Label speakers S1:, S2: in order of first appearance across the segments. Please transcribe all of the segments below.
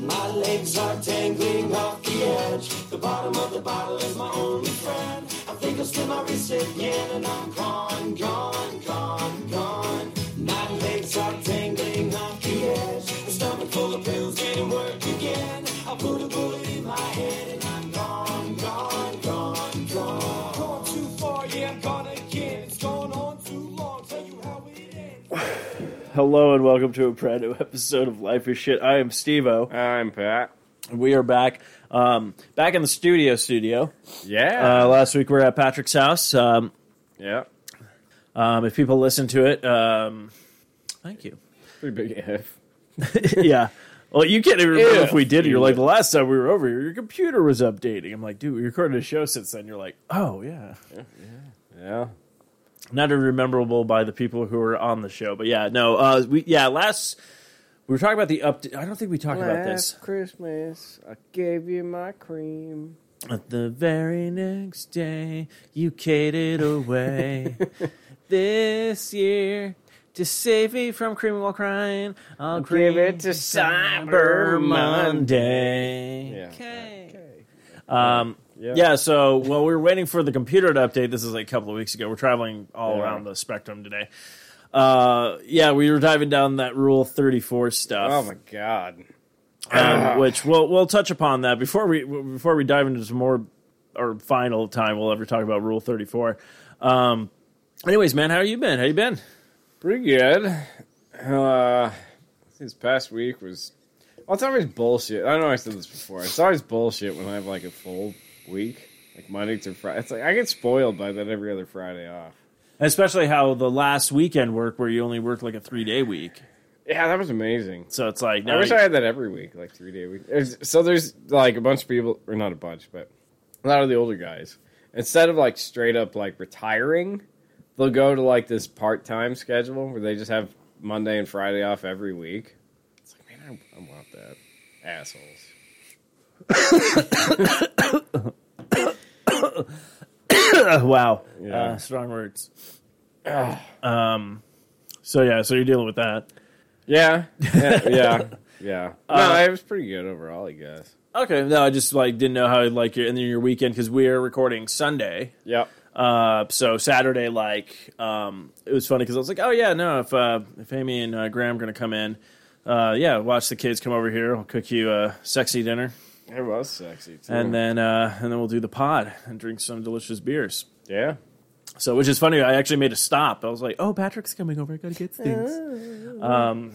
S1: My legs are tangling off the edge. The bottom of the bottle is my only friend. I think I'll slit my wrist again, and I'm gone, gone, gone, gone. My legs are tangling off the edge. My stomach full of pills didn't work again. I put a bullet in my head, and I'm gone, gone, gone, gone. Gone too far, yeah, I'm gone again. It's gone on too long. Tell you how it ends.
S2: Hello and welcome to a brand new episode of Life is Shit. I am Stevo.
S3: I'm Pat.
S2: We are back, um, back in the studio. Studio.
S3: Yeah.
S2: Uh, last week we were at Patrick's house. Um,
S3: yeah.
S2: um, if people listen to it, um, thank you.
S3: Pretty big if.
S2: yeah. Well, you can't even remember
S3: Ew.
S2: if we did. You're like the last time we were over here, your computer was updating. I'm like, dude, we recorded a show since then. You're like, oh yeah.
S3: Yeah.
S2: not as memorable by the people who were on the show, but yeah, no, uh, we yeah last we were talking about the update. I don't think we talked about this.
S3: Christmas, I gave you my cream.
S2: But the very next day, you catered away. this year, to save me from creaming while crying, I'll
S3: Give
S2: cream
S3: it to Cyber
S2: Monday.
S3: Yeah.
S2: Okay. Um, yeah. so while we were waiting for the computer to update, this is like a couple of weeks ago. We're traveling all
S3: Yeah.
S2: around the spectrum today. Uh, yeah, we were diving down that Rule 34 stuff
S3: Oh my god. Uh-huh.
S2: um, which we'll we'll touch upon that before we before we dive into some more or final time we'll ever talk about Rule Thirty Four. Um, anyways, man, how you been? How you been?
S3: Pretty good. Uh, this past week was. Well, it's always bullshit. I know I said this before. It's always bullshit when I have like a full week, like Monday through Friday. It's like I get spoiled by that every other Friday off.
S2: Especially how the last weekend worked, where you only worked like a three day week.
S3: Yeah, that was amazing.
S2: So it's like
S3: I
S2: now
S3: wish
S2: you-
S3: I had that every week, like three day week. There's- so there's like a bunch of people, or not a bunch, but a lot of the older guys. Instead of like straight up like retiring, they'll go to like this part time schedule where they just have Monday and Friday off every week. It's like, man, I, I want that. Assholes.
S2: wow,
S3: Yeah.
S2: uh, strong words. um, so yeah, so you're dealing with that.
S3: Yeah, yeah, yeah. yeah.
S2: Uh,
S3: no, it was pretty good overall, I guess.
S2: Okay, no, I just like didn't know how like your and then your weekend because we are recording Sunday.
S3: Yep.
S2: Uh, so Saturday, like, um, it was funny because I was like, oh yeah, no, if uh, if Amy and uh, Graham are gonna come in, uh, yeah, watch the kids come over here. I'll cook you a sexy dinner,
S3: It was sexy too.
S2: and then uh, and then we'll do the pod and drink some delicious beers.
S3: yeah.
S2: So, which is funny, I actually made a stop. I was like, oh, Patrick's coming over. I gotta get things.
S3: Oh.
S2: Um,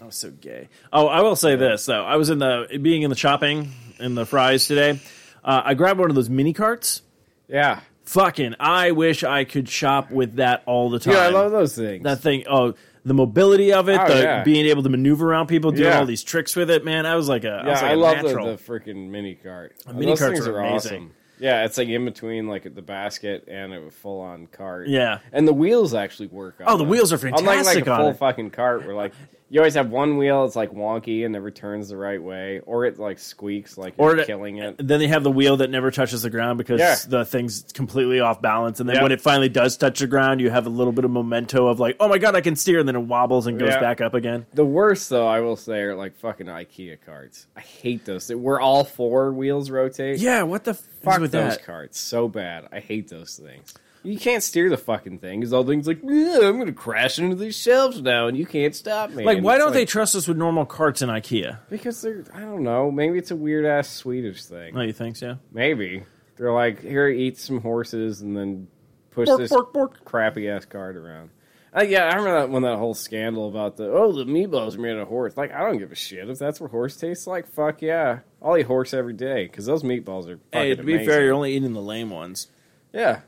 S2: I was so gay. Oh, I will say this though. I was in the being in the shopping in the fries today. Uh, I grabbed one of those mini carts.
S3: Yeah.
S2: Fucking, I wish I could shop with that all the time
S3: Dude, I love those things.
S2: that thing. Oh, the mobility of it,
S3: Oh,
S2: the
S3: yeah.
S2: being able to maneuver around people, doing
S3: Yeah.
S2: all these tricks with it, man. I was like a, I
S3: Yeah,
S2: was like
S3: I
S2: a
S3: love
S2: natural.
S3: the, the freaking mini cart.
S2: mini
S3: Those
S2: carts
S3: things
S2: are
S3: are,
S2: amazing.
S3: awesome. Yeah, it's like in between like the basket and a full on cart.
S2: Yeah.
S3: and the wheels actually work. On
S2: Oh, the
S3: them.
S2: wheels are
S3: Unlike
S2: fantastic
S3: like
S2: on
S3: a full
S2: it.
S3: fucking cart, where like you always have one wheel it's like wonky and never turns the right way, or it like squeaks like
S2: Or
S3: you're
S2: it-
S3: killing it.
S2: then they have the wheel that never touches the ground because
S3: Yeah.
S2: the thing's completely off balance. And then
S3: Yeah.
S2: when it finally does touch the ground, you have a little bit of memento of like, oh my god, I can steer, and then it wobbles and goes
S3: Yeah.
S2: back up again.
S3: The worst though, I will say, are like fucking IKEA carts. I hate those. Where all four wheels rotate.
S2: Yeah, what the fuck
S3: Fuck
S2: is with
S3: those
S2: that?
S3: carts so bad. I hate those things. You can't steer the fucking thing because all things like "Yeah, I'm gonna crash into these shelves now and you can't stop me.
S2: Like,
S3: And
S2: why
S3: it's
S2: don't they trust us with normal carts in IKEA?
S3: Because they're I don't know. Maybe it's a weird ass Swedish thing.
S2: No, you think so?
S3: Maybe they're like here, eat some horses and then push
S2: Bork,
S3: this
S2: bork, bork.
S3: crappy ass cart around. Uh, yeah, I remember that when that whole scandal about the oh the meatballs are made of horse. Like I don't give a shit if that's what horse tastes like. Fuck yeah, I'll eat horse every day because those meatballs are. Fucking
S2: Hey, to be
S3: amazing.
S2: fair, you're only eating the lame ones.
S3: Yeah.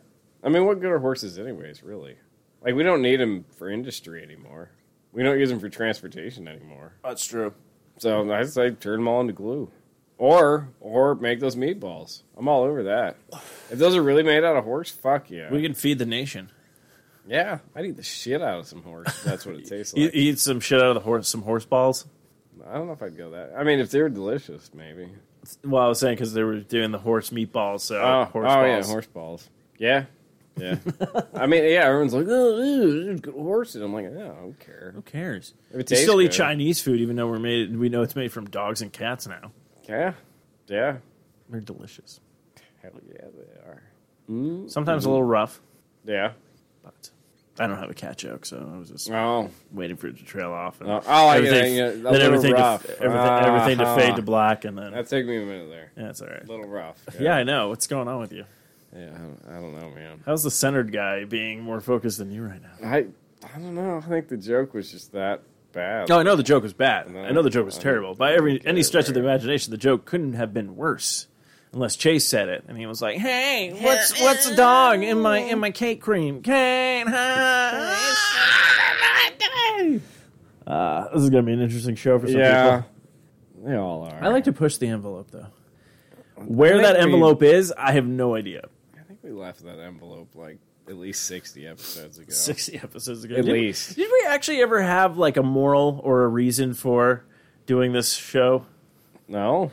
S3: I mean, what good are horses, anyways, really? Like, we don't need them for industry anymore. We don't use them for transportation anymore.
S2: That's true.
S3: So I say turn them all into glue. Or, or make those meatballs. I'm all over that. If those are really made out of horse, fuck yeah.
S2: We can feed the nation.
S3: yeah, I'd eat the shit out of some horse. if That's what it tastes
S2: You
S3: like.
S2: eat some shit out of the horse, some horse balls.
S3: I don't know if I'd go that. I mean, if they're delicious, maybe.
S2: Well, I was saying because they were doing the Uh, horse meatballs, so
S3: Oh,
S2: horse
S3: oh
S2: balls.
S3: yeah, horse balls. Yeah. Yeah. I mean, yeah, everyone's like, oh, ew, there's good horses. I'm like, no, I don't care.
S2: Who cares?
S3: If it
S2: We
S3: tastes
S2: still eat
S3: good.
S2: Chinese food, even though we're made. We know it's made from dogs and cats now.
S3: Yeah. Yeah.
S2: They're delicious.
S3: Hell yeah, they are.
S2: Sometimes a
S3: Mm-hmm.
S2: little rough,
S3: Yeah.
S2: but I don't have a cat joke, so I was just
S3: Oh.
S2: waiting for it to trail off. And
S3: Oh, I like it.
S2: everything,
S3: Yeah, a
S2: then
S3: little
S2: everything,
S3: rough.
S2: To, everything,
S3: Ah,
S2: everything to
S3: huh.
S2: fade to black, and then
S3: That took me a minute there.
S2: yeah, it's all right.
S3: A little rough.
S2: Yeah, I know. What's going on with you?
S3: Yeah, I, don't, I don't know, man.
S2: How's the centered guy being more focused than you right now?
S3: I I don't know. I think the joke was just that bad.
S2: No, Oh, I know the joke was bad.
S3: No,
S2: I know the joke was
S3: I
S2: terrible.
S3: don't
S2: By every
S3: care
S2: any stretch of the
S3: where-
S2: imagination, the joke couldn't have been worse, unless Chase said it, and he was like, "Hey, what's what's a dog in my in my cake cream? Kate, hi." Uh, this is gonna be an interesting show for some
S3: yeah.
S2: people.
S3: They all are.
S2: I like to push the envelope though. Where
S3: I
S2: that
S3: think we-
S2: envelope is, I have no idea.
S3: I think we left that envelope like at least 60 episodes ago.
S2: Sixty episodes ago,
S3: At
S2: Did we-
S3: least.
S2: Did we actually ever have like a moral or a reason for doing this show?
S3: No.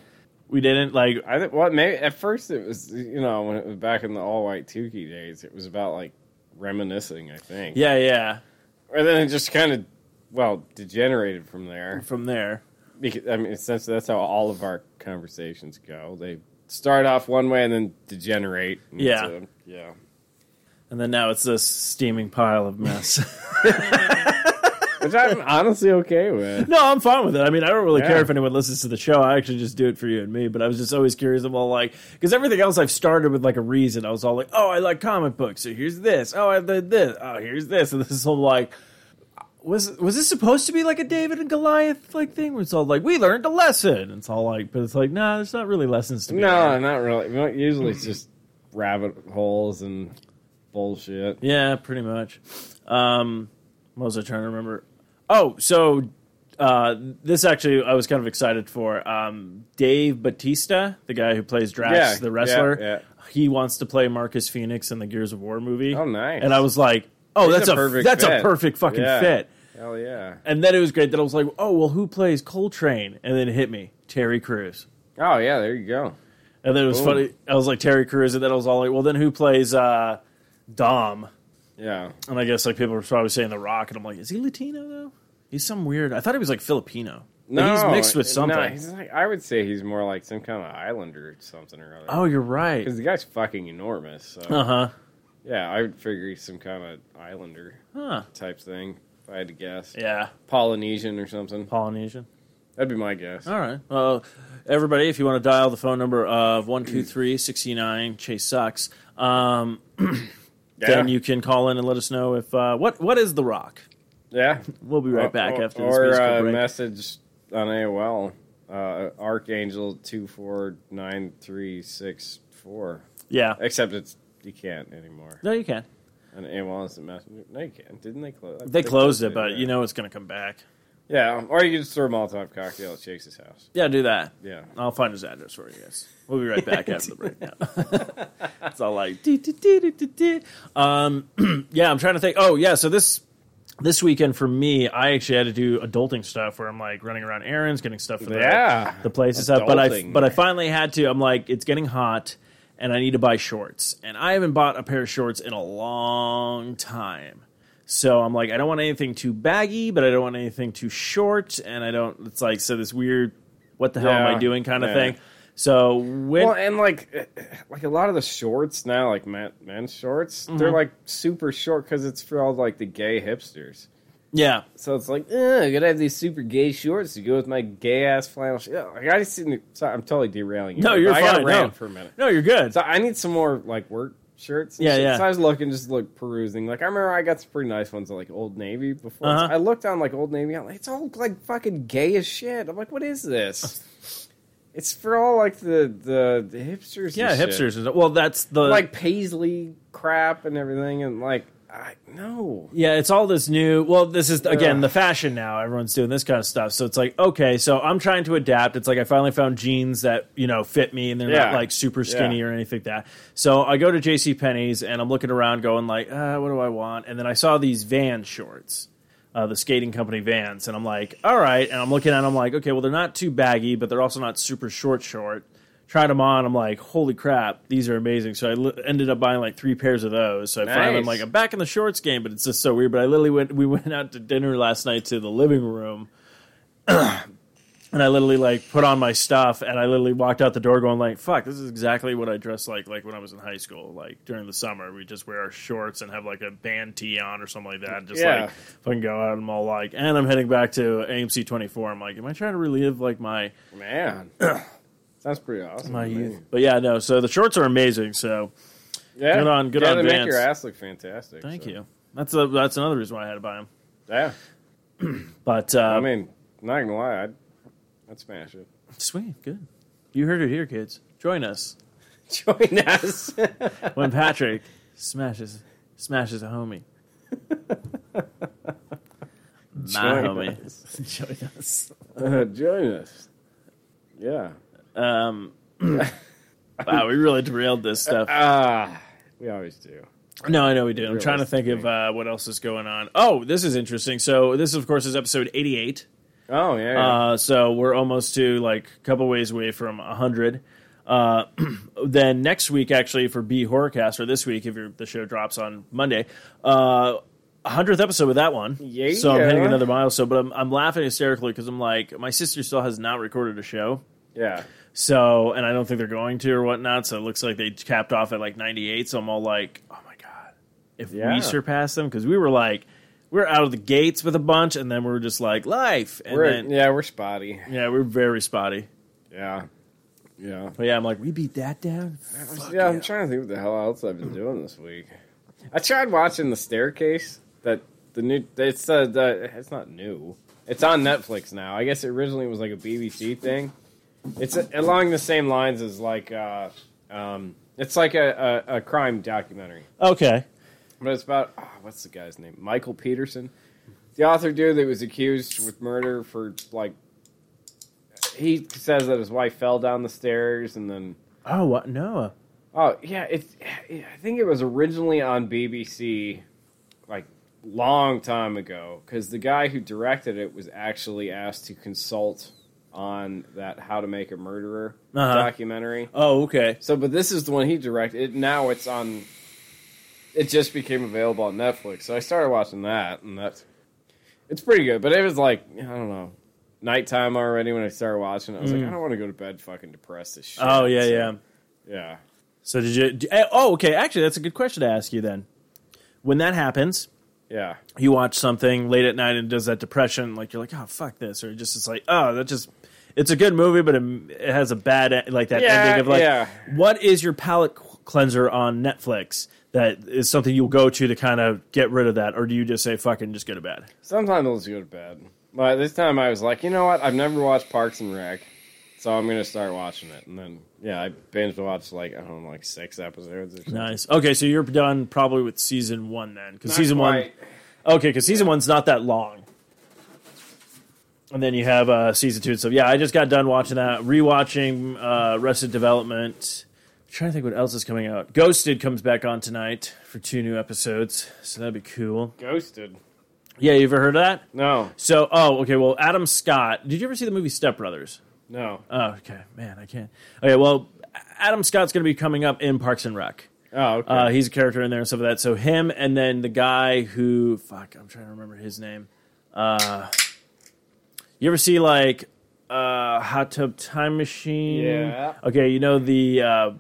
S2: We didn't like
S3: I think what maybe at first it was you know when it was back in the all white Tukey days it was about like reminiscing I think
S2: Yeah, yeah.
S3: and then it just kind of well degenerated from there
S2: From there,
S3: because I mean since that's how all of our conversations go they start off one way and then degenerate and
S2: Yeah.
S3: so, yeah
S2: and then now it's this steaming pile of mess.
S3: which I'm honestly okay with
S2: no, I'm fine with it. I mean, I don't really
S3: Yeah.
S2: care if anyone listens to the show. I actually just do it for you and me. But I was just always curious about like because everything else I've started with like a reason. I was all like, oh, I like comic books, so here's this. Oh, I did this. Oh, here's this. And this is all like. Was was this supposed to be like a David and Goliath like thing? Where it's all like we learned a lesson. It's all like, but it's like, nah, there's not really lessons to be.
S3: no
S2: learned.
S3: not really We don't- usually it's just rabbit holes and bullshit
S2: Yeah, pretty much. Um, what was I trying to remember? Oh, so uh, this actually I was kind of excited for. Um, Dave Batista, the guy who plays Drax,
S3: Yeah,
S2: the wrestler,
S3: yeah, yeah.
S2: he wants to play Marcus Phoenix in the Gears of War movie.
S3: Oh, nice.
S2: And I was like, oh,
S3: He's
S2: that's
S3: a
S2: a,
S3: perfect
S2: that's
S3: fit.
S2: a perfect fucking
S3: Yeah.
S2: fit.
S3: hell yeah
S2: And then it was great that I was like, oh well, who plays Coltrane? And then it hit me, Terry Crews.
S3: oh yeah there you go
S2: And then it was
S3: Boom.
S2: funny. I was like Terry Crews, and then I was all like, well, then who plays uh, Dom?
S3: yeah
S2: And I guess like people were probably saying The Rock, and I'm like, is he Latino though? He's some weird. I thought he was like Filipino. But he's mixed with
S3: no,
S2: something.
S3: he's like, I would say he's more like some kind of islander or something or other.
S2: oh, you're right.
S3: because the guy's fucking enormous. So
S2: Uh huh.
S3: yeah, I would figure he's some kind of islander
S2: Huh.
S3: type thing. If I had to guess,
S2: Yeah.
S3: Polynesian or something.
S2: Polynesian.
S3: That'd be my guess.
S2: All right. Well, everybody, if you want to dial the phone number of one two three sixty nine Chase sucks, um,
S3: yeah.
S2: then you can call in and let us know if uh, what what is The Rock.
S3: yeah.
S2: We'll be right back
S3: Uh, Or-
S2: after this
S3: or,
S2: musical
S3: uh,
S2: break.
S3: message on AOL. Uh, Archangel two four nine three six four.
S2: yeah.
S3: Except it's you can't anymore.
S2: No, you can.
S3: And AOL is the messenger. No, you can't. Didn't they close?
S2: They closed it, but
S3: yeah.
S2: you know it's going to come back.
S3: Yeah, or you can just throw a Molotov cocktail at Chase's house.
S2: Yeah, do that.
S3: Yeah.
S2: I'll find his address for you guys. We'll be right back after the break. now. it's all like, "Dee, dee, dee, dee, dee, dee." um, yeah, I'm trying to think. Oh, yeah. So this this weekend for me, I actually had to do adulting stuff where I'm like running around errands, getting stuff for the,
S3: Yeah.
S2: the places up. But I
S3: Adulting.
S2: but I finally had to. I'm like, it's getting hot, and I need to buy shorts. And I haven't bought a pair of shorts in a long time. So I'm like, I don't want anything too baggy, but I don't want anything too short, and I don't. It's like so this weird, what the hell am
S3: Yeah.
S2: I doing kind of
S3: Yeah.
S2: thing. So when
S3: Well, and like, like a lot of the shorts now, like men, men's shorts,
S2: Mm-hmm.
S3: they're like super short because it's for all like the gay hipsters.
S2: yeah,
S3: So it's like, eh, I gotta have these super gay shorts to go with my gay ass flannel. Sh- Yeah, like I just didn't. Sorry, I'm totally derailing you.
S2: no, you're
S3: I
S2: fine.
S3: gotta rant
S2: no.
S3: for a minute.
S2: no, you're good.
S3: So I need some more like work shirts. and
S2: Yeah,
S3: shit.
S2: yeah.
S3: So I was looking, just like perusing. Like I remember I got some pretty nice ones at like Old Navy before.
S2: Uh-huh.
S3: I looked on like Old Navy. I'm like, it's all like fucking gay as shit. I'm like, what is this? it's for all like the the, the hipsters.
S2: yeah,
S3: and shit.
S2: hipsters. Is, well, that's the
S3: Like paisley crap and everything, and like I no.
S2: Yeah, it's all this new. Well, this is again
S3: Ugh.
S2: the fashion now. Everyone's doing this kind of stuff. So it's like, okay, so I'm trying to adapt. It's like I finally found jeans that, you know, fit me and they're not
S3: Yeah.
S2: like super skinny
S3: Yeah.
S2: or anything like that. So I go to JC Penney's and I'm looking around going like, uh, what do I want? And then I saw these van shorts. Uh, the skating company vans, and I'm like, all right. And I'm looking at, them, I'm like, okay, well, they're not too baggy, but they're also not super short, short, tried them on. I'm like, holy crap, these are amazing. So I li- ended up buying like three pairs of those. So I finally I'm
S3: Nice.
S2: like, I'm back in the shorts game, but it's just so weird. But I literally went, we went out to dinner last night to the living room. And I literally like put on my stuff, and I literally walked out the door going like, "Fuck, this is exactly what I dressed like like when I was in high school. Like during the summer, we just wear our shorts and have like a band tee on or something like that. and Just
S3: Yeah.
S2: like fucking go out and I'm all like, and I'm heading back to AMC 24. I'm like, am I trying to relive like my
S3: Man, sounds pretty awesome.
S2: my
S3: to me.
S2: youth? But yeah, no. So the shorts are amazing. So
S3: Yeah,
S2: Good on- good
S3: yeah,
S2: on
S3: They
S2: Vance.
S3: make your ass look fantastic.
S2: thank
S3: so.
S2: you. That's a, that's another reason why I had to buy them.
S3: Yeah,
S2: But uh,
S3: I mean, not gonna lie, I'd, I'd smash it.
S2: sweet, good. You heard it here, kids. Join us
S3: Join us.
S2: when Patrick smashes smashes a homie. My
S3: Join
S2: homie. Join us.
S3: Uh, join us. Yeah.
S2: Um, wow, we really derailed this stuff.
S3: Ah, we always do.
S2: No, I know we did. I'm trying to think of
S3: Realistically.
S2: uh, what else is going on. Oh, this is interesting. So this, of course, is episode 88.
S3: Oh yeah. yeah.
S2: Uh, so we're almost to like a couple ways away from 100. Uh, then next week, actually, for B Horrorcast, or this week, if your the show drops on Monday, uh, 100th episode with that one.
S3: Yeah.
S2: So I'm hitting another milestone, but I'm, I'm laughing hysterically because I'm like, my sister still has not recorded a show.
S3: yeah.
S2: So, and I don't think they're going to or whatnot. So it looks like they capped off at like 98. So I'm all like, oh my God, if
S3: Yeah.
S2: we surpass them, because we were like, we're out of the gates with a bunch, and then we are just like, life. And
S3: We're
S2: then, yeah.
S3: yeah, we're spotty.
S2: we're very spotty.
S3: Yeah. Yeah.
S2: But yeah, I'm like, we beat that down. Fuck
S3: yeah, I'm trying to think what the hell else I've been doing this week. I tried watching The Staircase. That the new it's uh, the, it's not new. It's on Netflix now. I guess it originally was like a BBC thing. It's uh, along the same lines as like uh, um, it's like a, a, a crime documentary.
S2: Okay.
S3: But it's about ah, what's the guy's name? Michael Peterson, the author dude that was accused with murder for like. He says that his wife fell down the stairs and then.
S2: Oh, what? No.
S3: Oh yeah, it's. I think it was originally on BBC, like long time ago, because the guy who directed it was actually asked to consult on that "How to Make a Murderer"
S2: Uh-huh.
S3: documentary.
S2: Oh, okay.
S3: So, but this is the one he directed. It, now it's on. It just became available on Netflix, so I started watching that, and that's it's pretty good. But it was like I don't know, nighttime already when I started watching. it. I was like, I don't want to go to bed fucking depressed as shit.
S2: Mm. Oh, yeah,
S3: So,
S2: yeah.
S3: yeah.
S2: So did you? d- eh, Oh, okay. Actually, that's a good question to ask you then. When that happens,
S3: Yeah,
S2: you watch something late at night and it does that depression, like you're like, oh fuck this, or just it's like, oh that just, it's a good movie, but it, it has a bad e- like that
S3: Yeah,
S2: ending of like,
S3: yeah.
S2: what is your palate c- cleanser on Netflix that is something you'll go to to kind of get rid of that, or do you just say fucking just go to bed?
S3: Sometimes I'll just go to bed. But this time I was like, you know what? I've never watched Parks and Rec, so I'm gonna start watching it. And then yeah, I binge watched like I don't know, like six episodes. Or something.
S2: Nice. Okay, so you're done probably with season one then, because
S3: Not
S2: season
S3: quite.
S2: one, okay, because season one's not that long. And then you have uh, season two and stuff. Yeah, I just got done watching that, rewatching uh, Arrested Development. I'm trying to think what else is coming out. Ghosted comes back on tonight for two new episodes, so that'd be cool.
S3: Ghosted.
S2: Yeah, you ever heard of that?
S3: No,
S2: So, oh, okay. Well, Adam Scott. Did you ever see the movie Step Brothers?
S3: no.
S2: Oh, okay, man, I can't. Okay, well, Adam Scott's going to be coming up in Parks and Rec.
S3: Oh, okay.
S2: Uh, he's a character in there and stuff like that. So him, and then the guy who fuck, I'm trying to remember his name. Uh, you ever see like uh, Hot Tub Time Machine?
S3: Yeah.
S2: Okay, you know the uh,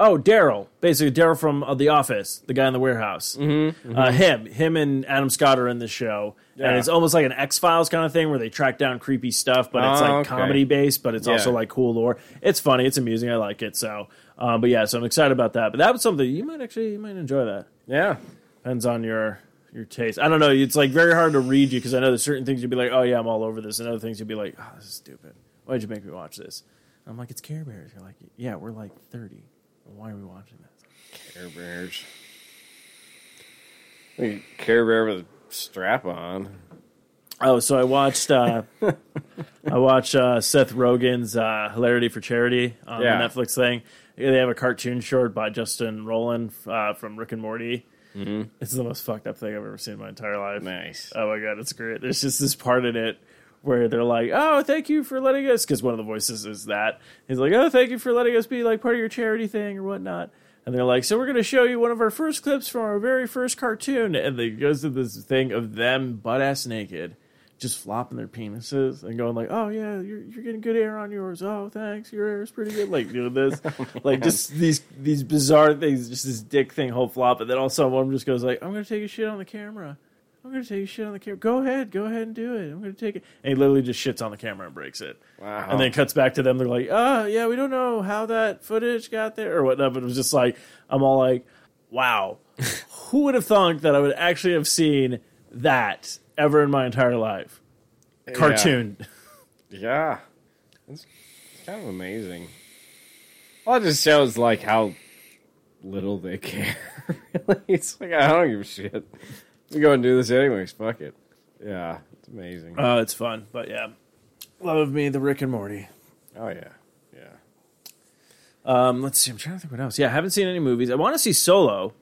S2: oh Daryl, basically Daryl from uh, The Office, the guy in the warehouse. Mm-hmm, Uh, him, him, and Adam Scott are in the show, and
S3: Yeah.
S2: it's almost like an X Files kind of thing where they track down creepy stuff, but it's
S3: Oh,
S2: like
S3: okay.
S2: comedy based, but it's
S3: Yeah.
S2: also like cool lore. It's funny, it's amusing, I like it. So, um, but yeah, so I'm excited about that. But that was something you might actually you might enjoy that.
S3: yeah.
S2: Depends on your your taste. I don't know. It's like very hard to read you because I know there's certain things you'd be like, oh yeah, I'm all over this, and other things you'd be like, oh, this is stupid. Why did you make me watch this? I'm like, it's Care Bears. You're like, yeah, we're like 30. Why are we watching this?
S3: Care Bears. Look at Care Bear with a strap on.
S2: Oh, so I watched uh, I watched uh, Seth Rogen's uh, Hilarity for Charity on
S3: Yeah.
S2: the Netflix thing. Yeah, They have a cartoon short by Justin Roland uh, from Rick and Morty. Mm-hmm. It's the most fucked up thing I've ever seen in my entire life.
S3: Nice.
S2: Oh my god, it's great. There's just this part in it where they're like, "Oh, thank you for letting us," because one of the voices is that he's like, "Oh, thank you for letting us be like part of your charity thing or whatnot." And they're like, "So we're going to show you one of our first clips from our very first cartoon," and they goes to this thing of them butt ass naked, just flopping their penises and going like, "Oh yeah, you're you're getting good air on yours. Oh, thanks, your air's pretty good." Like doing this, like just these these bizarre things, just this dick thing, whole flop, and then also one of them just goes like, "I'm going to take a shit on the camera." I'm gonna take a shit on the camera. Go ahead, go ahead and do it. I'm gonna take it. And he literally just shits on the camera and breaks it.
S3: Wow.
S2: And then it cuts back to them. They're like, oh, yeah, we don't know how that footage got there or whatnot. But it was just like, I'm all like, wow, who would have thought that I would actually have seen that ever in my entire life? Cartoon.
S3: Yeah. It's it's kind of amazing. Well, it just shows like how little they care. really. It's like I don't give a shit. We go and do this anyways, fuck it. Yeah, it's amazing.
S2: Oh, it's fun. But yeah, love of me, the Rick and Morty.
S3: oh yeah. Yeah.
S2: Um, let's see. I'm trying to think what else. Yeah, I haven't seen any movies. I want to see Solo,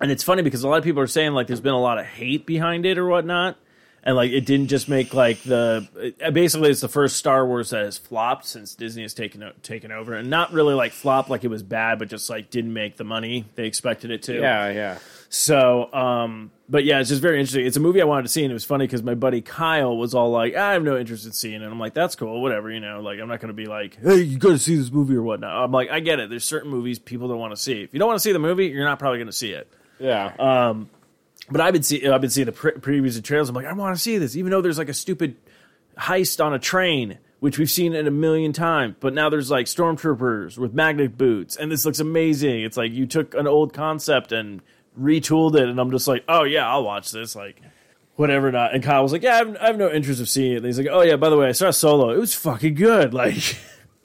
S2: and it's funny because a lot of people are saying like there's been a lot of hate behind it or whatnot, and like it didn't just make like the it- basically it's the first Star Wars that has flopped since Disney has taken o- taken over, and not really like flopped like it was bad, but just like didn't make the money they expected it to.
S3: Yeah, yeah.
S2: So, um, but yeah, it's just very interesting. It's a movie I wanted to see, and it was funny because my buddy Kyle was all like, "I have no interest in seeing it." I'm like, "That's cool, whatever." You know, like I'm not going to be like, "Hey, you got to see this movie or whatnot." I'm like, I get it. There's certain movies people don't want to see. If you don't want to see the movie, you're not probably going to see it.
S3: Yeah.
S2: Uh, But I've been see I've been seeing the pre- previews and trailers. I'm like, I want to see this, even though there's like a stupid heist on a train, which we've seen it a million times. But now there's like stormtroopers with magnet boots, and this looks amazing. It's like you took an old concept and retooled it, and I'm just like, oh yeah, I'll watch this. Like. Whatever, not. And Kyle was like, "Yeah, I have, I have no interest of seeing it." And he's like, "Oh yeah, by the way, I saw Solo. It was fucking good. Like,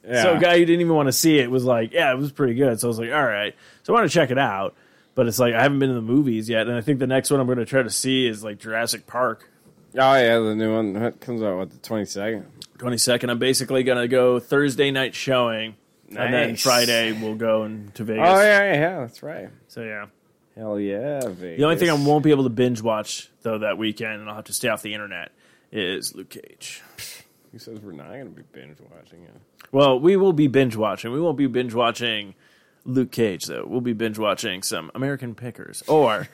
S3: yeah.
S2: so a guy who didn't even want to see it was like, yeah, it was pretty good. So I was like, all right. So I want to check it out. But it's like I haven't been in the movies yet, and I think the next one I'm going to try to see is like Jurassic Park.
S3: Oh yeah, the new one that comes out what the twenty second.
S2: 22nd. I'm basically going to go Thursday night showing, and then
S3: Nice.
S2: Friday we'll go and to Vegas.
S3: Oh yeah, yeah, yeah, that's right.
S2: So yeah.
S3: Hell yeah, Vegas.
S2: The only thing I won't be able to binge watch though that weekend, and I'll have to stay off the internet, is Luke Cage.
S3: Who says we're not gonna be binge watching it?
S2: Well, we will be binge watching. We won't be binge watching Luke Cage though. We'll be binge watching some American Pickers or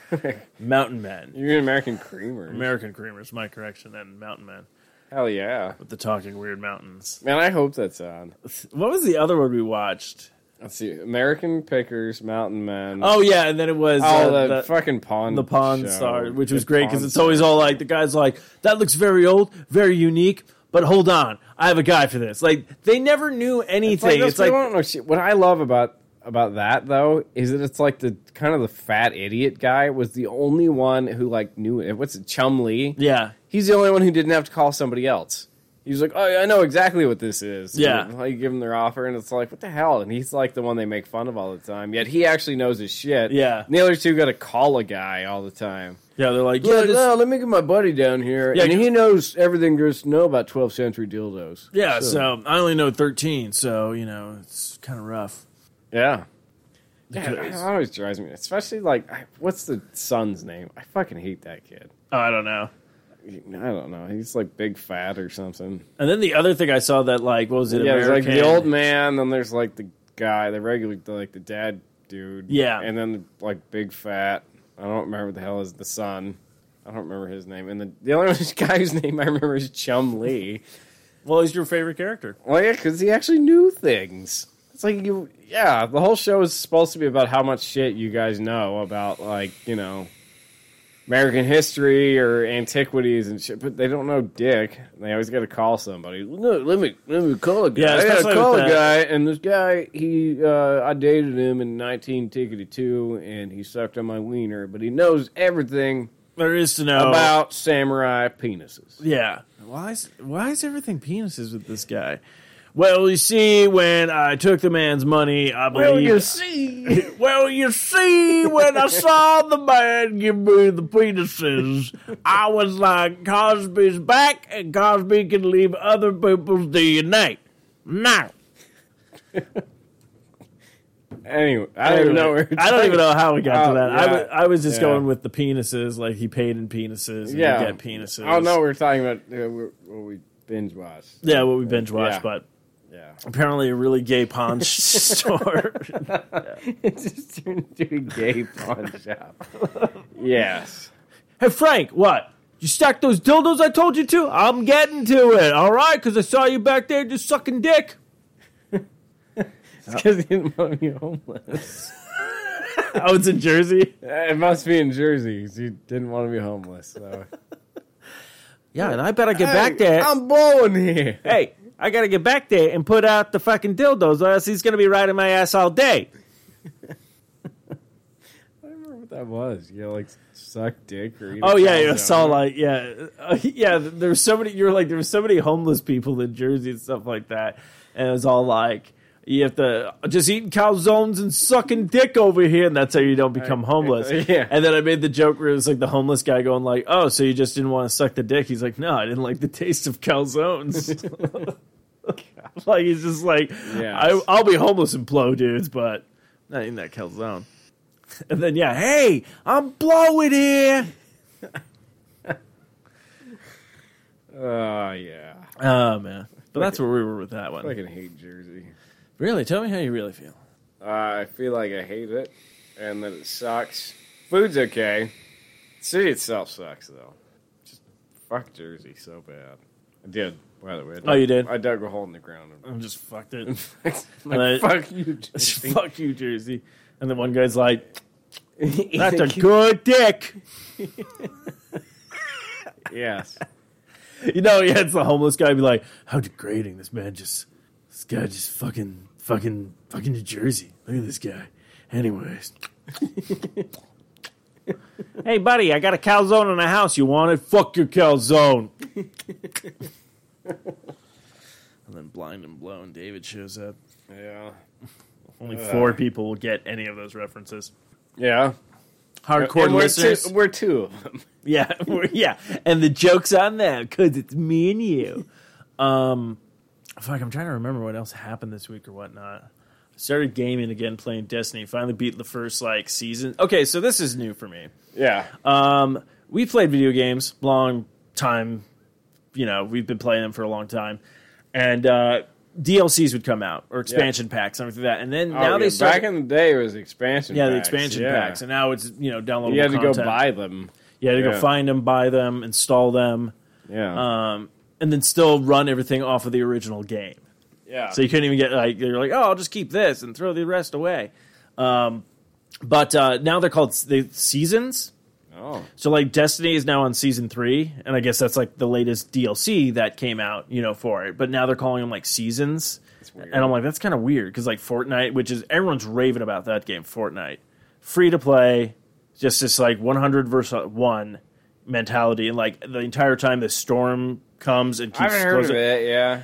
S2: Mountain Men.
S3: You're an American Creamer.
S2: American Creamers, my correction, and Mountain Men
S3: Hell yeah,
S2: with the talking weird mountains.
S3: man! I hope that's on.
S2: What was the other one we watched?
S3: Let's see, American Pickers, Mountain Men.
S2: Oh yeah, and then it was uh,
S3: Oh, the,
S2: the-
S3: fucking pawn.
S2: the Pawn
S3: show.
S2: Star, which
S3: The
S2: was great because
S3: Pawn
S2: it's always all like the guy's like, that looks very old, very unique, but hold on, I have a guy for this. Like they never knew
S3: Star. It's
S2: anything.
S3: like,
S2: It's like,
S3: don't know shit. what I love about about that though is that it's like the kind of the fat idiot guy was the only one who like knew it. What's it, Chumley?
S2: yeah,
S3: He's the only one who didn't have to call somebody else. He was like, "Oh, yeah, I know exactly what this is."
S2: Yeah.
S3: and, like give him their offer, and it's like, "What the hell?" And he's like the one they make fun of all the time. Yet he actually knows his shit.
S2: Yeah.
S3: and the other two got to call a guy all the time.
S2: yeah. They're like,
S3: Yeah,
S2: yeah, this-
S3: no, let me get my buddy down here.
S2: Yeah,
S3: and
S2: you-
S3: he knows everything there is to know about 12th century dildos.
S2: Yeah, so. I only know 13, so, you know, it's kind of rough.
S3: yeah. Yeah, it
S2: Because-
S3: always drives me, especially like, I- what's the son's name? I fucking hate that kid.
S2: oh, I don't know.
S3: I don't know. He's like big fat or something.
S2: And then the other thing I saw that, like, what was it?
S3: yeah, there's like the
S2: American-
S3: old man, then there's like the guy, the regular, the, like the dad dude.
S2: Yeah.
S3: and then like big fat. I don't remember what the hell is the son. I don't remember his name. And the the other guy whose name I remember is Chum Lee.
S2: Well, he's your favorite character.
S3: Well, yeah, because he actually knew things. It's like you, yeah. The whole show is supposed to be about how much shit you guys know about, like you know, American history or antiquities and shit. But they don't know dick. And they always got to call somebody. No, let me let me call a guy.
S2: Yeah,
S3: I got
S2: especially
S3: to call a
S2: with
S3: guy, and this guy, he, uh, I dated him in nineteen tickety two, and he sucked on my wiener. But he knows everything
S2: There is to know.
S3: about samurai penises.
S2: Yeah. Why is, why is everything penises with this guy? Well, you see, when I took the man's money, I believe.
S3: Well, you see,
S2: Well, you see, when I saw the man give me the penises, I was like, Cosby's back, and Cosby can leave other people's DNA. Now.
S3: anyway, I don't even know. Where
S2: I don't even know how we got to
S3: Oh,
S2: that. I
S3: yeah.
S2: wa- I was just
S3: Yeah.
S2: going with the penises, like he paid in penises. And yeah,
S3: Yeah.
S2: get penises.
S3: Oh no, we were talking about uh, we- what we binge watch.
S2: Yeah, what we binge watched,
S3: Yeah.
S2: but
S3: Yeah,
S2: apparently a really gay pawn sh- store.
S3: it just turned into a gay pawn shop. yes.
S2: hey, Frank, what? You stacked those dildos I told you to? I'm getting to it, all right? Because I saw you back there just sucking dick.
S3: Because he didn't want to be homeless.
S2: Oh, it's in Jersey?
S3: Uh, it must be in Jersey. 'cause He didn't want to be homeless. So.
S2: Yeah, and I better get back there.
S3: I'm blowing here.
S2: hey, I gotta get back there and put out the fucking dildos, or else he's gonna be riding my ass all day.
S3: I don't remember what that was. You know, like suck dick or. eat a
S2: Oh yeah,
S3: cow
S2: it was all
S3: donut.
S2: like yeah, uh, yeah. th- There was so many. You were like there were so many homeless people in Jersey and stuff like that, and it was all like you have to just eating calzones and sucking dick over here, and that's how you don't become homeless.
S3: yeah.
S2: And then I made the joke where it was like the homeless guy going like, "Oh, so you just didn't want to suck the dick?" He's like, "No, I didn't like the taste of calzones." like he's just like,
S3: Yes.
S2: I, "I'll be homeless and blow dudes, but not in that calzone." And then yeah, hey, I'm blowing here.
S3: Oh yeah.
S2: Oh man, but that's where we were with that
S3: I
S2: one.
S3: fucking hate Jersey.
S2: Really, tell me how you really feel.
S3: Uh, I feel like I hate it, and that it sucks. Food's okay. The city itself sucks though. Just fuck Jersey so bad. I did, by the way. I dug-
S2: Oh, you did?
S3: I dug a hole in the ground.
S2: I'm just fucked it.
S3: like,
S2: But-
S3: fuck you, Jersey.
S2: Fuck you, Jersey. And then one guy's like, "That's a
S3: That's
S2: good dick."
S3: yes.
S2: You know, yeah, it's the homeless guy. Be like, "How degrading this man just this guy just fucking fucking fucking New Jersey. Look at this guy." Anyways, hey buddy, I got a calzone in the house. You want it? Fuck your calzone. and then blind and blown, David shows up.
S3: Yeah.
S2: Only
S3: Ugh.
S2: four people will get any of those references.
S3: Yeah.
S2: Hardcore
S3: And we're
S2: listeners,
S3: two, we're two of them.
S2: yeah, we're- yeah, and the jokes on them because it's me and you. Um, fuck, I'm trying to remember what else happened this week or whatnot. Started gaming again, playing Destiny. Finally beat the first like season. Okay, so this is new for me.
S3: Yeah.
S2: Um, we played video games long time. You know, we've been playing them for a long time, and uh, DLCs would come out or expansion packs, something like that. And then
S3: Oh,
S2: now
S3: yeah,
S2: they start
S3: back in the day it was expansion.
S2: Yeah, the
S3: packs.
S2: expansion
S3: Yeah.
S2: packs, and now it's you know downloadable.
S3: You had to
S2: content.
S3: go buy them.
S2: You had to go
S3: yeah.
S2: find them, buy them, install them,
S3: Yeah.
S2: um, and then still run everything off of the original game.
S3: yeah.
S2: So you couldn't even get like you're like, oh, I'll just keep this and throw the rest away. Um, but uh, now they're called s- the seasons.
S3: oh.
S2: So like Destiny is now on season three, and I guess that's like the latest DLC that came out, you know, for it. But now they're calling them like seasons,
S3: weird.
S2: and I'm like, that's kind of weird because like Fortnite, which is everyone's raving about that game, Fortnite, free to play, just this like 100 versus one mentality, and like the entire time the storm comes and
S3: I
S2: keeps
S3: haven't heard of
S2: closing-
S3: it, yeah.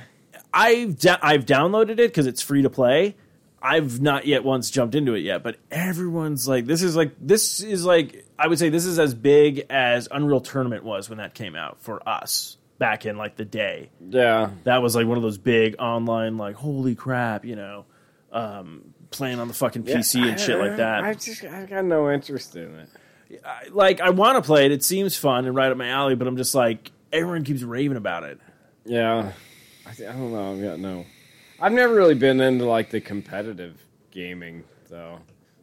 S2: I've da- I've downloaded it because it's free to play. I've not yet once jumped into it yet, but everyone's like, this is like this is like I would say this is as big as Unreal Tournament was when that came out for us back in like the day.
S3: Yeah.
S2: That was like one of those big online like holy crap, you know, um, playing on the fucking PC and shit like that.
S3: I just I got no interest in it.
S2: I- like I want to play it; it seems fun and right up my alley, but I'm just like everyone keeps raving about it.
S3: Yeah, I, th- I don't know. I've got no. I've never really been into like the competitive gaming though.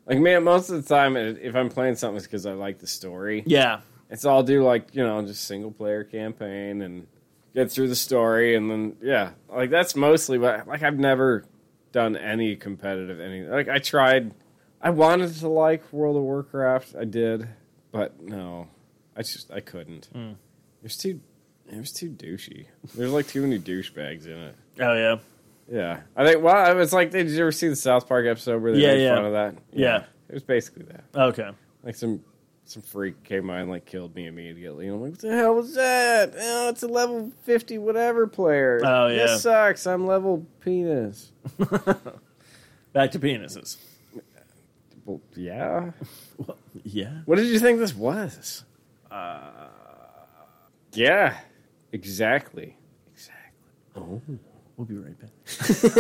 S3: Like man, most of the time, i- if I'm playing something, it's because I like the story.
S2: Yeah,
S3: And so I'll do like you know just single player campaign and get through the story, and then yeah, like that's mostly what. Like I've never done any competitive anything. Like I tried. I wanted to like World of Warcraft. I did, but no, I just I couldn't.
S2: Hmm.
S3: It was too. It was too douchey. There's like too many douchebags in it.
S2: oh yeah,
S3: Yeah, I think. Well, I was like, did you ever see the South Park episode where they
S2: Yeah,
S3: made
S2: yeah.
S3: fun of that?
S2: Yeah.
S3: it was basically that
S2: okay.
S3: like some some freak came by and like killed me immediately. And I'm like, what the hell was that? Oh, it's a level fifty whatever player.
S2: Oh, yeah.
S3: this sucks. I'm level penis.
S2: Back to penises.
S3: Well, yeah.
S2: Yeah.
S3: What did you think this was? Uh, yeah, exactly. Oh. Exactly.
S2: We'll be right back.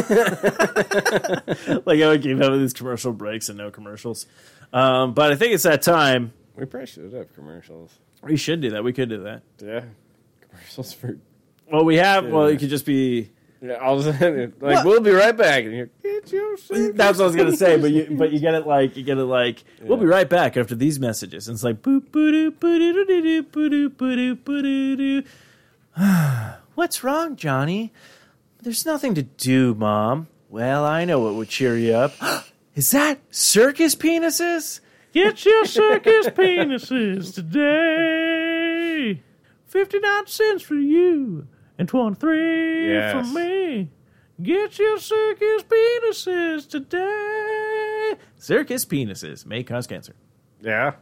S2: like I would keep having these commercial breaks and no commercials. Um, but I think it's that time.
S3: We probably should have commercials.
S2: We should do that. We could do that.
S3: Yeah, commercials for
S2: Well, we have. Well, it could just be.
S3: Yeah, all of a sudden, it's like
S2: What?
S3: we'll be right back. And you're, get your shit.
S2: That's what I was gonna say, but you but you get it like you get it like we'll be right back after these messages. And it's like boop boo boop doo doo doo boo doo boo doo boo doo doo. What's wrong, Johnny? There's nothing to do, Mom. Well, I know what would cheer you up. Is that circus penises? Get your circus penises today. Fifty nine cents for you, and twenty three
S3: Yes.
S2: for me. Get your circus penises today. Circus penises may cause cancer.
S3: yeah,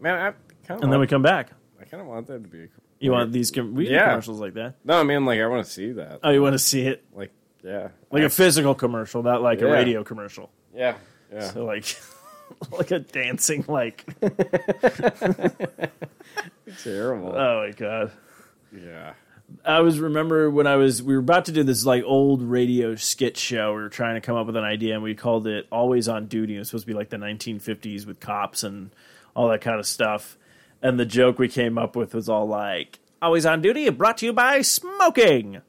S3: man. I kind of
S2: And then we come back.
S3: I kind of want that to be. A,
S2: You want these com- we do
S3: Yeah.
S2: commercials like that?
S3: no, I mean like I want to see that.
S2: Oh, you want to see it
S3: Like yeah,
S2: like a physical commercial, not like a
S3: Yeah.
S2: radio commercial.
S3: yeah, yeah.
S2: So like like a dancing like
S3: Terrible.
S2: oh my god.
S3: yeah.
S2: I was remember when I was we were about to do this like old radio skit show. We were trying to come up with an idea and we called it Always on Duty. It was supposed to be like the 1950s with cops and all that kind of stuff. And the joke we came up with was all like Always on Duty brought to you by smoking.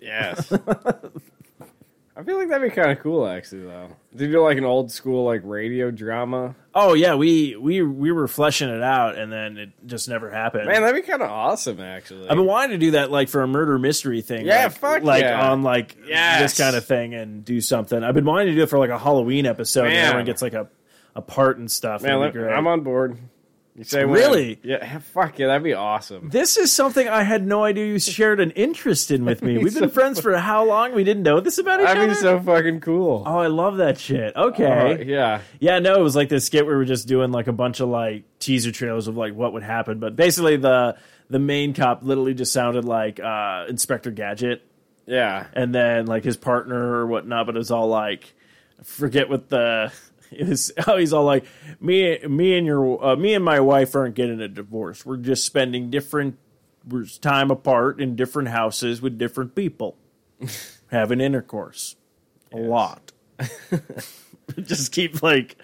S3: Yes. I feel like that'd be kind of cool, actually. Though, did you do like an old school like radio drama?
S2: Oh yeah, we we we were fleshing it out and then it just never happened.
S3: Man, that'd be kind of awesome, actually.
S2: I've been wanting to do that, like for a murder mystery thing.
S3: Yeah,
S2: like,
S3: fuck
S2: like
S3: yeah.
S2: on like
S3: Yes.
S2: this kind of thing and do something. I've been wanting to do it for like a Halloween episode. And
S3: Man.
S2: everyone gets like a, a part and stuff.
S3: Man,
S2: It'd be
S3: let-
S2: great.
S3: I'm on board. You say when?
S2: Really?
S3: Yeah. Fuck yeah, that'd be awesome.
S2: this is something I had no idea you shared an interest in with me. We've been friends for how long? We didn't know this about each
S3: That'd
S2: other.
S3: be so fucking cool.
S2: oh, I love that shit. Okay.
S3: Uh, yeah.
S2: Yeah, no, it was like this skit where we were just doing like a bunch of like teaser trailers of like what would happen, but basically the the main cop literally just sounded like uh, Inspector Gadget,
S3: Yeah.
S2: and then like his partner or whatnot, but it was all like I forget what the is how he's all like me me and your uh, me and my wife aren't getting a divorce. We're just spending different we're time apart in different houses with different people, having intercourse a lot. just keep like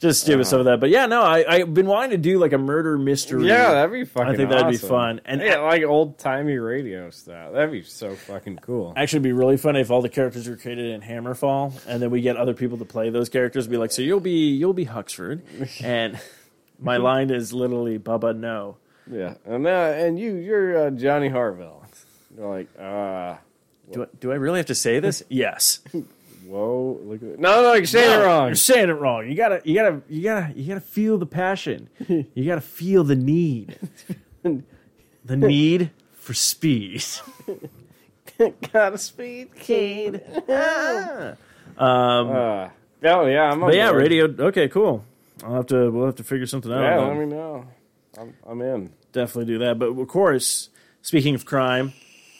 S2: just
S3: Uh-huh.
S2: doing some of that. But yeah, no, I I've been wanting to do like a murder mystery.
S3: Yeah, that'd be fucking.
S2: I think that'd be
S3: awesome.
S2: fun. And
S3: yeah, like old timey radio stuff. That'd be so fucking cool.
S2: actually it'd be really funny if all the characters were created in Hammerfall, and then we get other people to play those characters. Be like, so you'll be you'll be Huxford, and my line is literally Bubba No.
S3: Yeah, and uh, and you, you're uh, Johnny Harville. You're like, uh,
S2: Do I, do I really have to say this? Yes.
S3: whoa, look at no, no, you're saying it wrong.
S2: You're saying it wrong. You gotta you gotta you gotta you gotta feel the passion. You gotta feel the need. The need for speed.
S3: Gotta speed.
S2: Kid.
S3: Uh, oh yeah, I'm. on
S2: But yeah,
S3: board.
S2: radio. Okay, cool. I'll have to. We'll have to figure something out.
S3: Yeah,
S2: on
S3: let
S2: that.
S3: me know. I'm, I'm in.
S2: definitely do that. But of course, speaking of crime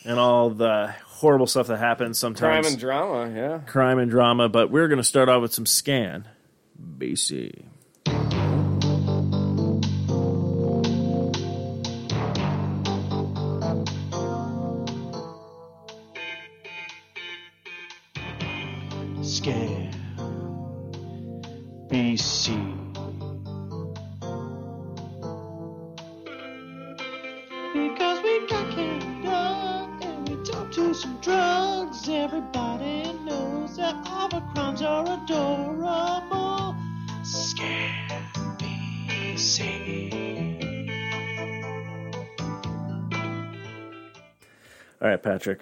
S2: and all the horrible stuff that happens
S3: Crime
S2: sometimes,
S3: and drama. Yeah.
S2: crime and drama. But we're going to start off with some scan, BC.
S1: Scan. BC. Because we got kicked up and we took to some drugs. Everybody knows that all the crimes are adorable. Scan BC.
S2: All right, Patrick.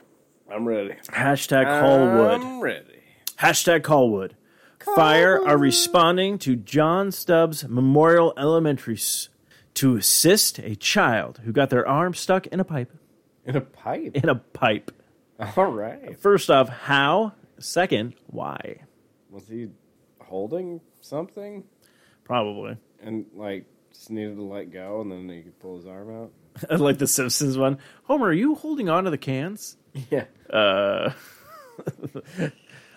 S3: I'm ready.
S2: Hashtag Hallwood.
S3: I'm ready.
S2: Hashtag Hallwood. Fire are responding to John Stubbs Memorial Elementary S- to assist a child who got their arm stuck in a pipe.
S3: In a pipe.
S2: In a pipe.
S3: All right.
S2: First off, how? Second, why?
S3: Was he holding something
S2: Probably.
S3: and like just needed to let go, and then he could pull his arm out?
S2: I like the Simpsons one. Homer, are you holding on to the cans?
S3: Yeah.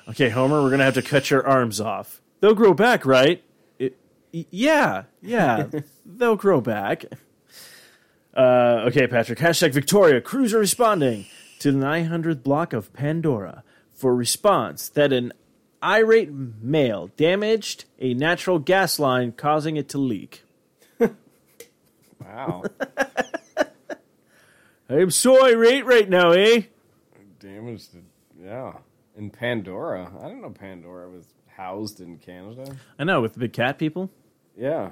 S2: Okay, Homer, we're gonna have to cut your arms off. They'll grow back, right? It, y- yeah, yeah, they'll grow back. Uh, okay, Patrick. Hashtag Victoria. Crews are responding to the 900 block of Pandora for response that an irate male damaged a natural gas line, causing it to leak.
S3: Wow.
S2: I'm so irate right now, eh?
S3: Damaged. it. Yeah. In Pandora. I don't know Pandora was housed in Canada.
S2: I know, with the big cat people.
S3: Yeah.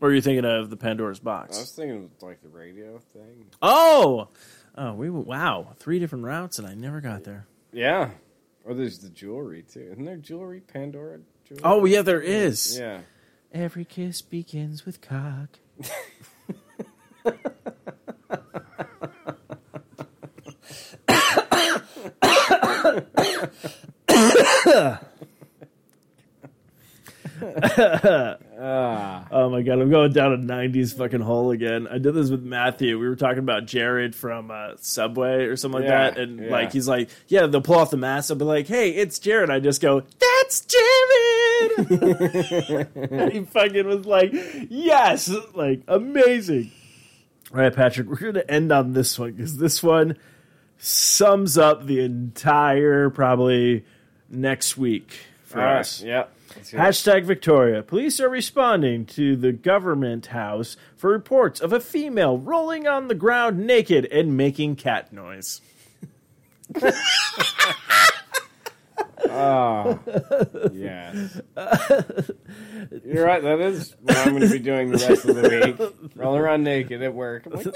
S2: Or are you thinking of the Pandora's box?
S3: I was thinking it was like the radio thing.
S2: Oh, oh, we were, wow, three different routes, and I never got there.
S3: Yeah. Or there's the jewelry too. Isn't there jewelry Pandora jewelry?
S2: Oh yeah, there is.
S3: Yeah.
S2: Every kiss begins with cock. oh my god, I'm going down a '90s fucking hole again. I did this with Matthew. We were talking about Jared from uh, Subway or something like
S3: Yeah,
S2: that, and
S3: yeah.
S2: like he's like, "Yeah, they'll pull off the mask and be like, hey, it's Jared.' I just go, "That's Jared." And he fucking was like, yes, like amazing. All right, Patrick, we're going to end on this one because this one sums up the entire probably next week for
S3: All right.
S2: us.
S3: Yeah. Let's hear it.
S2: Hashtag Victoria. Police are responding to the government house for reports of a female rolling on the ground naked and making cat noise.
S3: Ah. Yes. You're right. That is what I'm going to be doing the rest of the week. Rolling around naked at work. I'm like,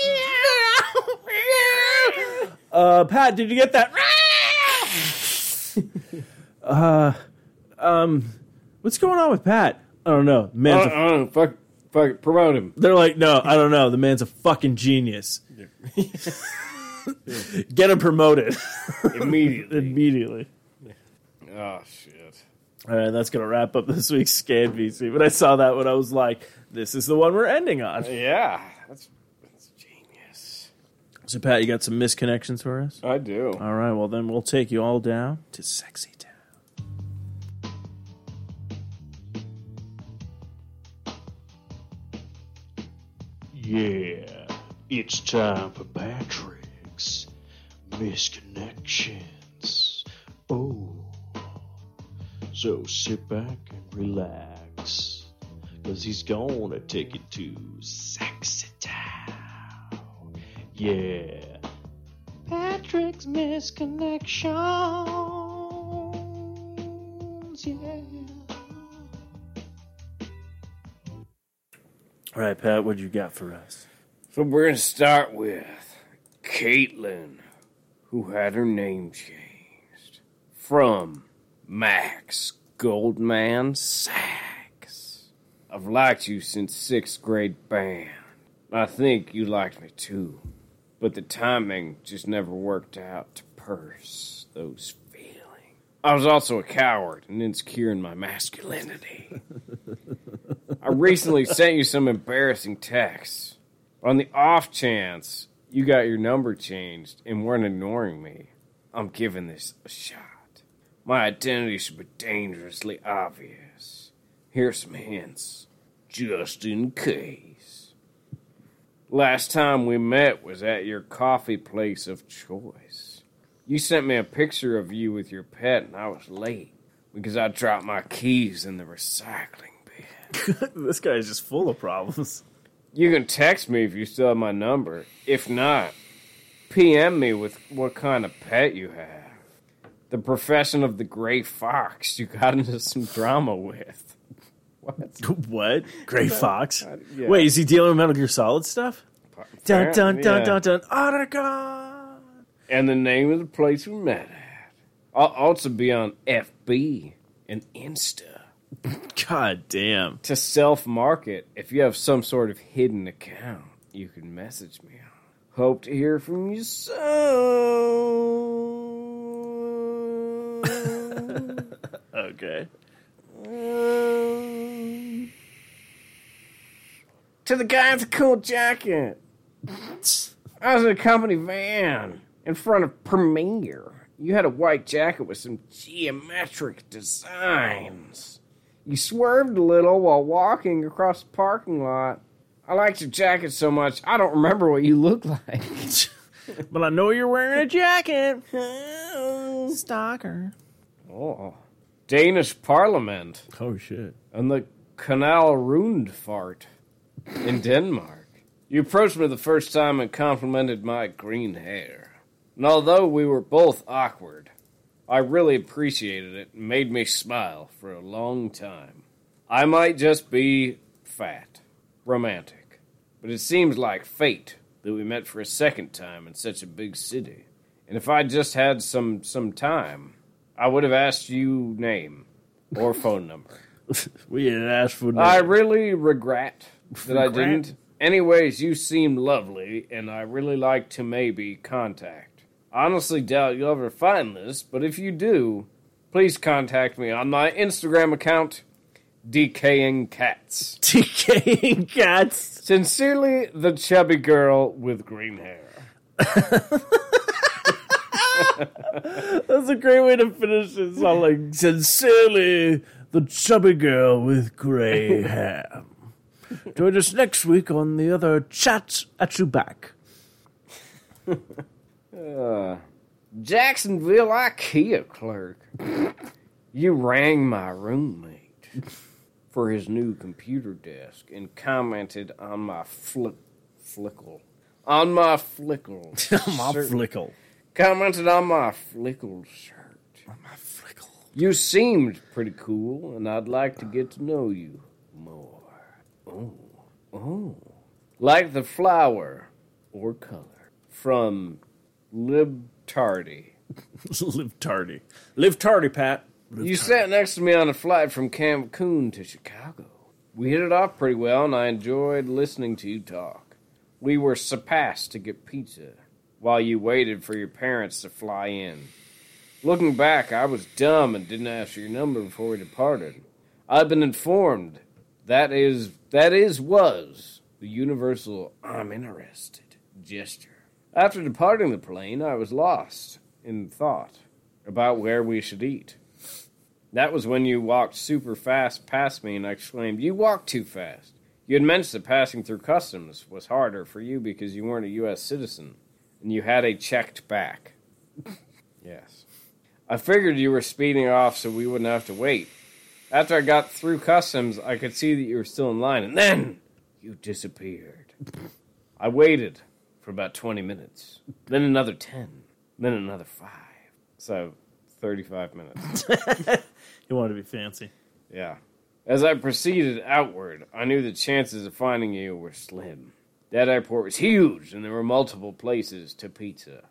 S2: Uh, Pat, did you get that? uh, um, what's going on with Pat? I don't know. Man's a,
S3: oh, oh, fuck, fuck, it, promote him.
S2: they're like, no, I don't know. The man's a fucking genius. Get him promoted
S3: Immediately.
S2: immediately.
S3: oh, shit.
S2: All right, that's gonna wrap up this week's scan VC. But I saw that when I was like, this is the one we're ending on.
S3: Yeah. That's, that's genius.
S2: So, Pat, you got some misconnections for us?
S3: I do.
S2: All right, well then we'll take you all down to sexy town.
S4: Yeah, it's time for Patrick's Misconnections. Oh, so sit back and relax, because he's gonna take it to Sexy Town. Yeah, Patrick's Misconnections. Yeah.
S2: All right, Pat, what you got for us?
S3: So we're going to start with Caitlin, who had her name changed from Max Goldman Sachs. I've liked you since sixth grade band. I think you liked me too, but the timing just never worked out to purse those feelings. I was also a coward and insecure in my masculinity. I recently sent you some embarrassing texts. On the off chance you got your number changed and weren't ignoring me, I'm giving this a shot. My identity should be dangerously obvious. Here's some hints, just in case. Last time we met was at your coffee place of choice. You sent me a picture of you with your pet, and I was late because I dropped my keys in the recycling bin.
S2: this guy is just full of problems.
S3: You can text me if you still have my number. If not, PM me with what kind of pet you have. The profession of the gray fox you got into some drama with. What?
S2: What? Gray Fox?
S3: yeah.
S2: Wait, is he dealing with Metal Gear Solid stuff? Dun dun dun
S3: Yeah.
S2: dun dun. Otacon.
S3: And the name of the place we met at. I'll also be on FB and Insta
S2: God damn.
S3: to self market. If you have some sort of hidden account, you can message me on. Hope to hear from you soon.
S2: Okay.
S3: to the guy with the cool jacket. I was in a company van in front of Premier. You had a white jacket with some geometric designs. You swerved a little while walking across the parking lot. I liked your jacket so much, I don't remember what you looked like.
S2: But I know you're wearing a jacket. Stalker.
S3: oh. Danish Parliament.
S2: Oh shit.
S3: and the Canal Rundfart in Denmark. You approached me the first time and complimented my green hair. And although we were both awkward, I really appreciated it and made me smile for a long time. I might just be fat, romantic, but it seems like fate that we met for a second time in such a big city. And if I just had some some time, I would have asked you name or phone number.
S2: We had asked for
S3: I really regret that I
S2: Regret?
S3: didn't. Anyways, you seem lovely, and I really like to maybe contact. I honestly doubt you'll ever find this, but if you do, please contact me on my Instagram account, Decaying Cats.
S2: decaying cats.
S3: Sincerely, the chubby girl with green hair.
S2: That's a great way to finish this. i like, sincerely, the chubby girl with gray hair. Join us next week on the other chat at your back.
S3: Jacksonville IKEA clerk. you rang my roommate for his new computer desk and commented on my flick flickle. On my flickle.
S2: My flickle.
S3: commented on my flickle shirt. You seemed pretty cool and I'd like to get to know you more. Oh. Oh. Like the flower or color from Lib Tardy.
S2: Live tardy. Live tardy, Pat.
S3: You sat next to me on a flight from Cancun to Chicago. We hit it off pretty well, and I enjoyed listening to you talk. We were surpassed to get pizza while you waited for your parents to fly in. Looking back, I was dumb and didn't ask your number before we departed. I've been informed that is that is was the universal I'm interested gesture. After departing the plane, I was lost in thought about where we should eat. That was when you walked super fast past me and I exclaimed, You walk too fast. You had mentioned that passing through customs was harder for you because you weren't a U.S. citizen and you had a checked back. yes. I figured you were speeding off so we wouldn't have to wait. After I got through customs, I could see that you were still in line and then you disappeared. I waited for about 20 minutes, then another 10, then another 5. So 35 minutes.
S2: You wanted to be fancy.
S3: Yeah. As I proceeded outward, I knew the chances of finding you were slim. That airport was huge, and there were multiple places to pizza.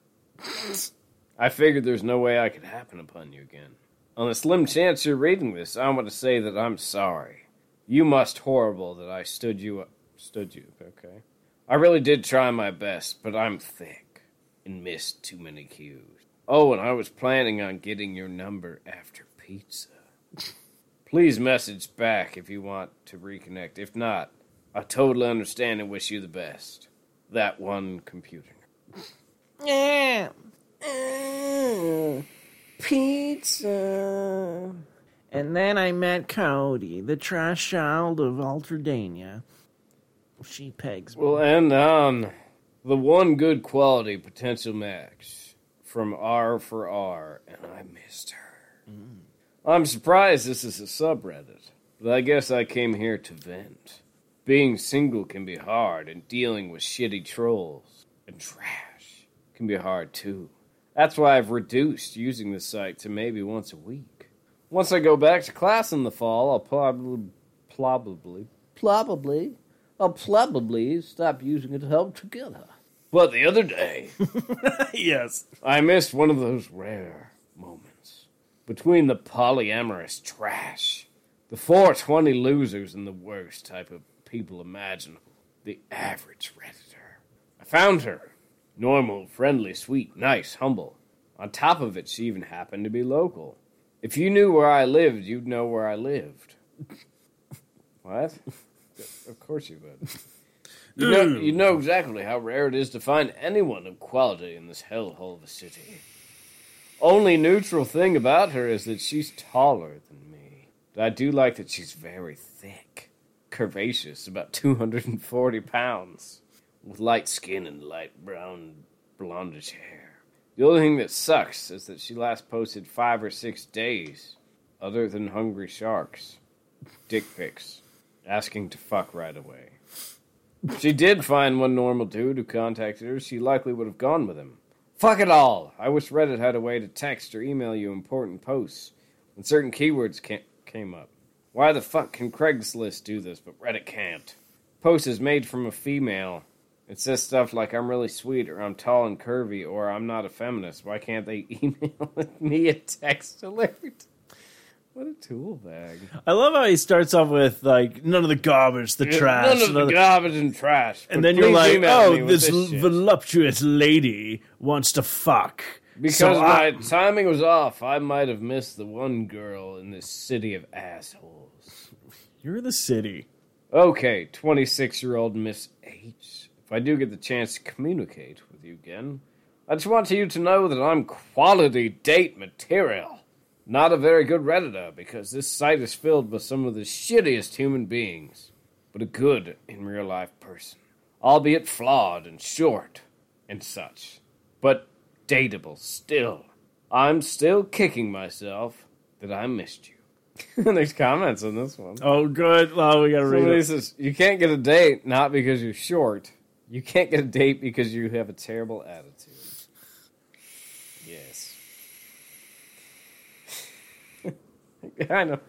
S3: I figured there's no way I could happen upon you again. On the slim chance you're reading this, I want to say that I'm sorry. You must horrible that I stood you up. Stood you, okay? I really did try my best, but I'm thick and missed too many cues. Oh, and I was planning on getting your number after pizza. Please message back if you want to reconnect. If not, I totally understand and wish you the best. That one computer.
S5: Mm. pizza. And then I met Cody, the trash child of Alterdania. She pegs me.
S3: We'll end on the one good quality potential match from R for R, and I missed her. I'm surprised this is a subreddit, but I guess I came here to vent. Being single can be hard, and dealing with shitty trolls and trash can be hard too. That's why I've reduced using the site to maybe once a week. Once I go back to class in the fall, I'll probably, probably,
S5: Probably.
S3: I'll probably stop using it to help together. But the other day,
S2: yes.
S3: I missed one of those rare moments between the polyamorous trash, the 420 losers, and the worst type of people imaginable the average Redditor. I found her. Normal, friendly, sweet, nice, humble. On top of it, she even happened to be local. If you knew where I lived, you'd know where I lived. what? Of course you would. You know, you know exactly how rare it is to find anyone of quality in this hellhole of a city. Only neutral thing about her is that she's taller than me. But I do like that she's very thick, curvaceous, about 240 pounds, with light skin and light brown, blondish hair. The only thing that sucks is that she last posted five or six days, other than hungry sharks, dick pics, asking to fuck right away. She did find one normal dude who contacted her. She likely would have gone with him. Fuck it all. I wish Reddit had a way to text or email you important posts when certain keywords ca- came up. Why the fuck can Craigslist do this, but Reddit can't? Post is made from a female. It says stuff like I'm really sweet or I'm tall and curvy or I'm not a feminist. Why can't they email me a text alert? What a tool bag.
S2: I love how he starts off with like none of the garbage, the trash,
S3: None of
S2: none
S3: the
S2: of-
S3: garbage and trash.
S2: and
S3: but
S2: then you're
S3: please
S2: like,
S3: email me
S2: oh,
S3: with
S2: this,
S3: shit."
S2: voluptuous lady wants to fuck.
S3: Because
S2: So
S3: my
S2: I-
S3: timing was off, I might have missed the one girl in this city of assholes.
S2: you're in the city.
S3: Okay, 26 year old Miss H. If I do get the chance to communicate with you again, I just want you to know that I'm quality date material. Not a very good Redditor, because this site is filled with some of the shittiest human beings, but a good in real life person, albeit flawed and short and such, but dateable still. I'm still kicking myself that I missed you. There's comments on this one.
S2: Oh, good. Oh, we gotta read
S3: Somebody
S2: it.
S3: says you can't get a date not because you're short. You can't get a date because you have a terrible attitude. Yes. I know.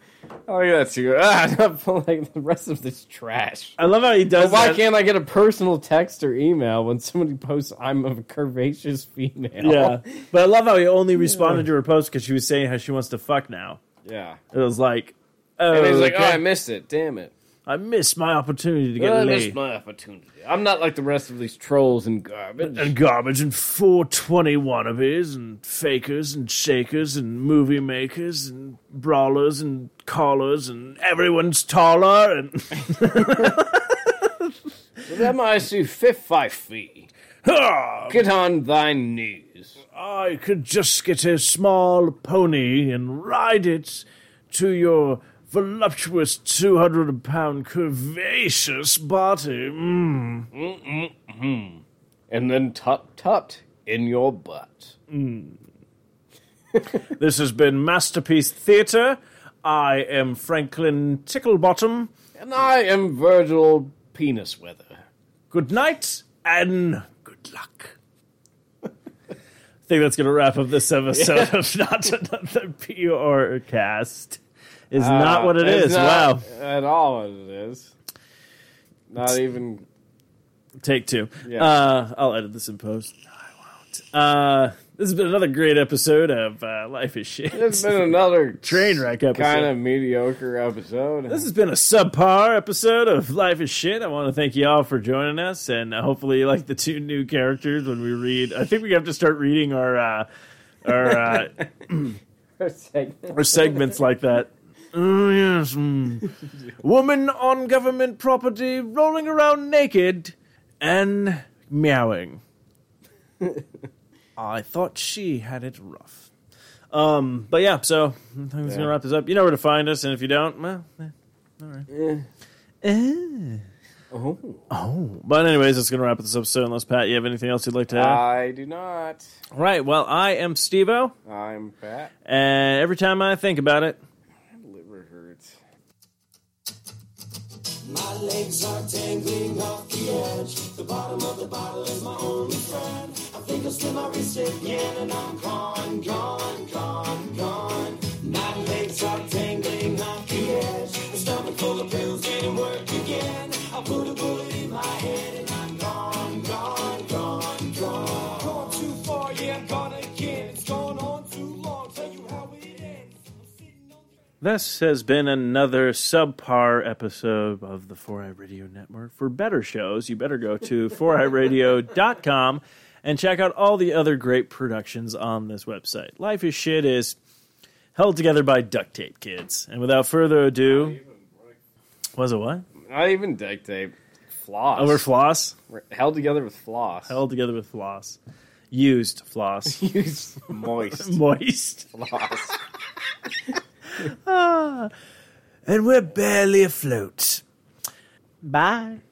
S3: I like that too. Ah, I feel like the rest of this trash.
S2: I love how he does
S3: Why
S2: that.
S3: can't I get a personal text or email when somebody posts I'm a curvaceous female?
S2: yeah, but I love how he only responded to her post because she was saying how she wants to fuck now.
S3: Yeah.
S2: It was like, oh,
S3: And he's like,
S2: okay.
S3: oh, I missed it. Damn it.
S2: I missed my opportunity to get
S3: I
S2: laid.
S3: missed my opportunity. I'm not like the rest of these trolls and garbage.
S2: and garbage and 420 wannabes and fakers and shakers and movie makers and brawlers and callers and everyone's taller and
S3: Them I see fifth five feet.
S2: Ah,
S3: Get on thy knees.
S2: I could just get a small pony and ride it to your voluptuous 200 pound curvaceous body. Mm.
S3: And then tut tut in your butt.
S2: This has been Masterpiece Theatre. I am Franklin Ticklebottom.
S3: And I am Virgil Penis Weather.
S2: good night and good luck. I think that's going to wrap up this episode of Not Another Pure Cast. Is
S3: Ah,
S2: not what it is. Wow.
S3: Uh, At all what it is. Not even
S2: Take two.
S3: Yeah.
S2: Uh, I'll edit this in post. No, I won't. Uh, this has been another great episode of uh, Life is Shit.
S3: it's been another
S2: Train wreck episode.
S3: kind of mediocre episode.
S2: This has been a subpar episode of Life is Shit. I want to thank you all for joining us, and uh, hopefully, you like the two new characters when we read. I think we have to start reading our uh, our uh, or segments like that. Oh yes, mm. woman on government property rolling around naked and meowing. I thought she had it rough. Um, but yeah, so I think that's gonna wrap this up. You know where to find us, and if you don't, well, eh, all right. Eh. Oh. But anyways, that's gonna wrap up this episode. Unless Pat, you have anything else you'd like to add?
S3: I do not.
S2: All right. Well, I am Stevo,
S3: I'm fat.
S2: and every time I think about it,
S3: Liver hurts.
S1: My legs are tangling off the edge. The bottom of the bottle is my only friend. I think I'll slit my wrist again, and I'm gone, gone, gone, gone. My legs are tangling off the edge. The stomach full of pills didn't work again. I put a bullet in my head, and I'm gone, gone, gone, gone. Gone too far, yeah, I'm gone again. It's gone on too long. Tell you how it ends. I'm sitting on.
S2: This has been another subpar episode of the 4i Radio Network. For better shows, you better go to 4iradio.com and check out all the other great productions on this website. Life is Shit is held together by duct tape, kids. And without further ado, was it what?
S3: Not even duct tape. Floss.
S2: Over floss?
S3: We're held together with floss.
S2: Held together with floss. Used floss.
S3: Use moist
S2: Moist. Ah.
S3: floss.
S2: And we're barely afloat.
S5: Bye.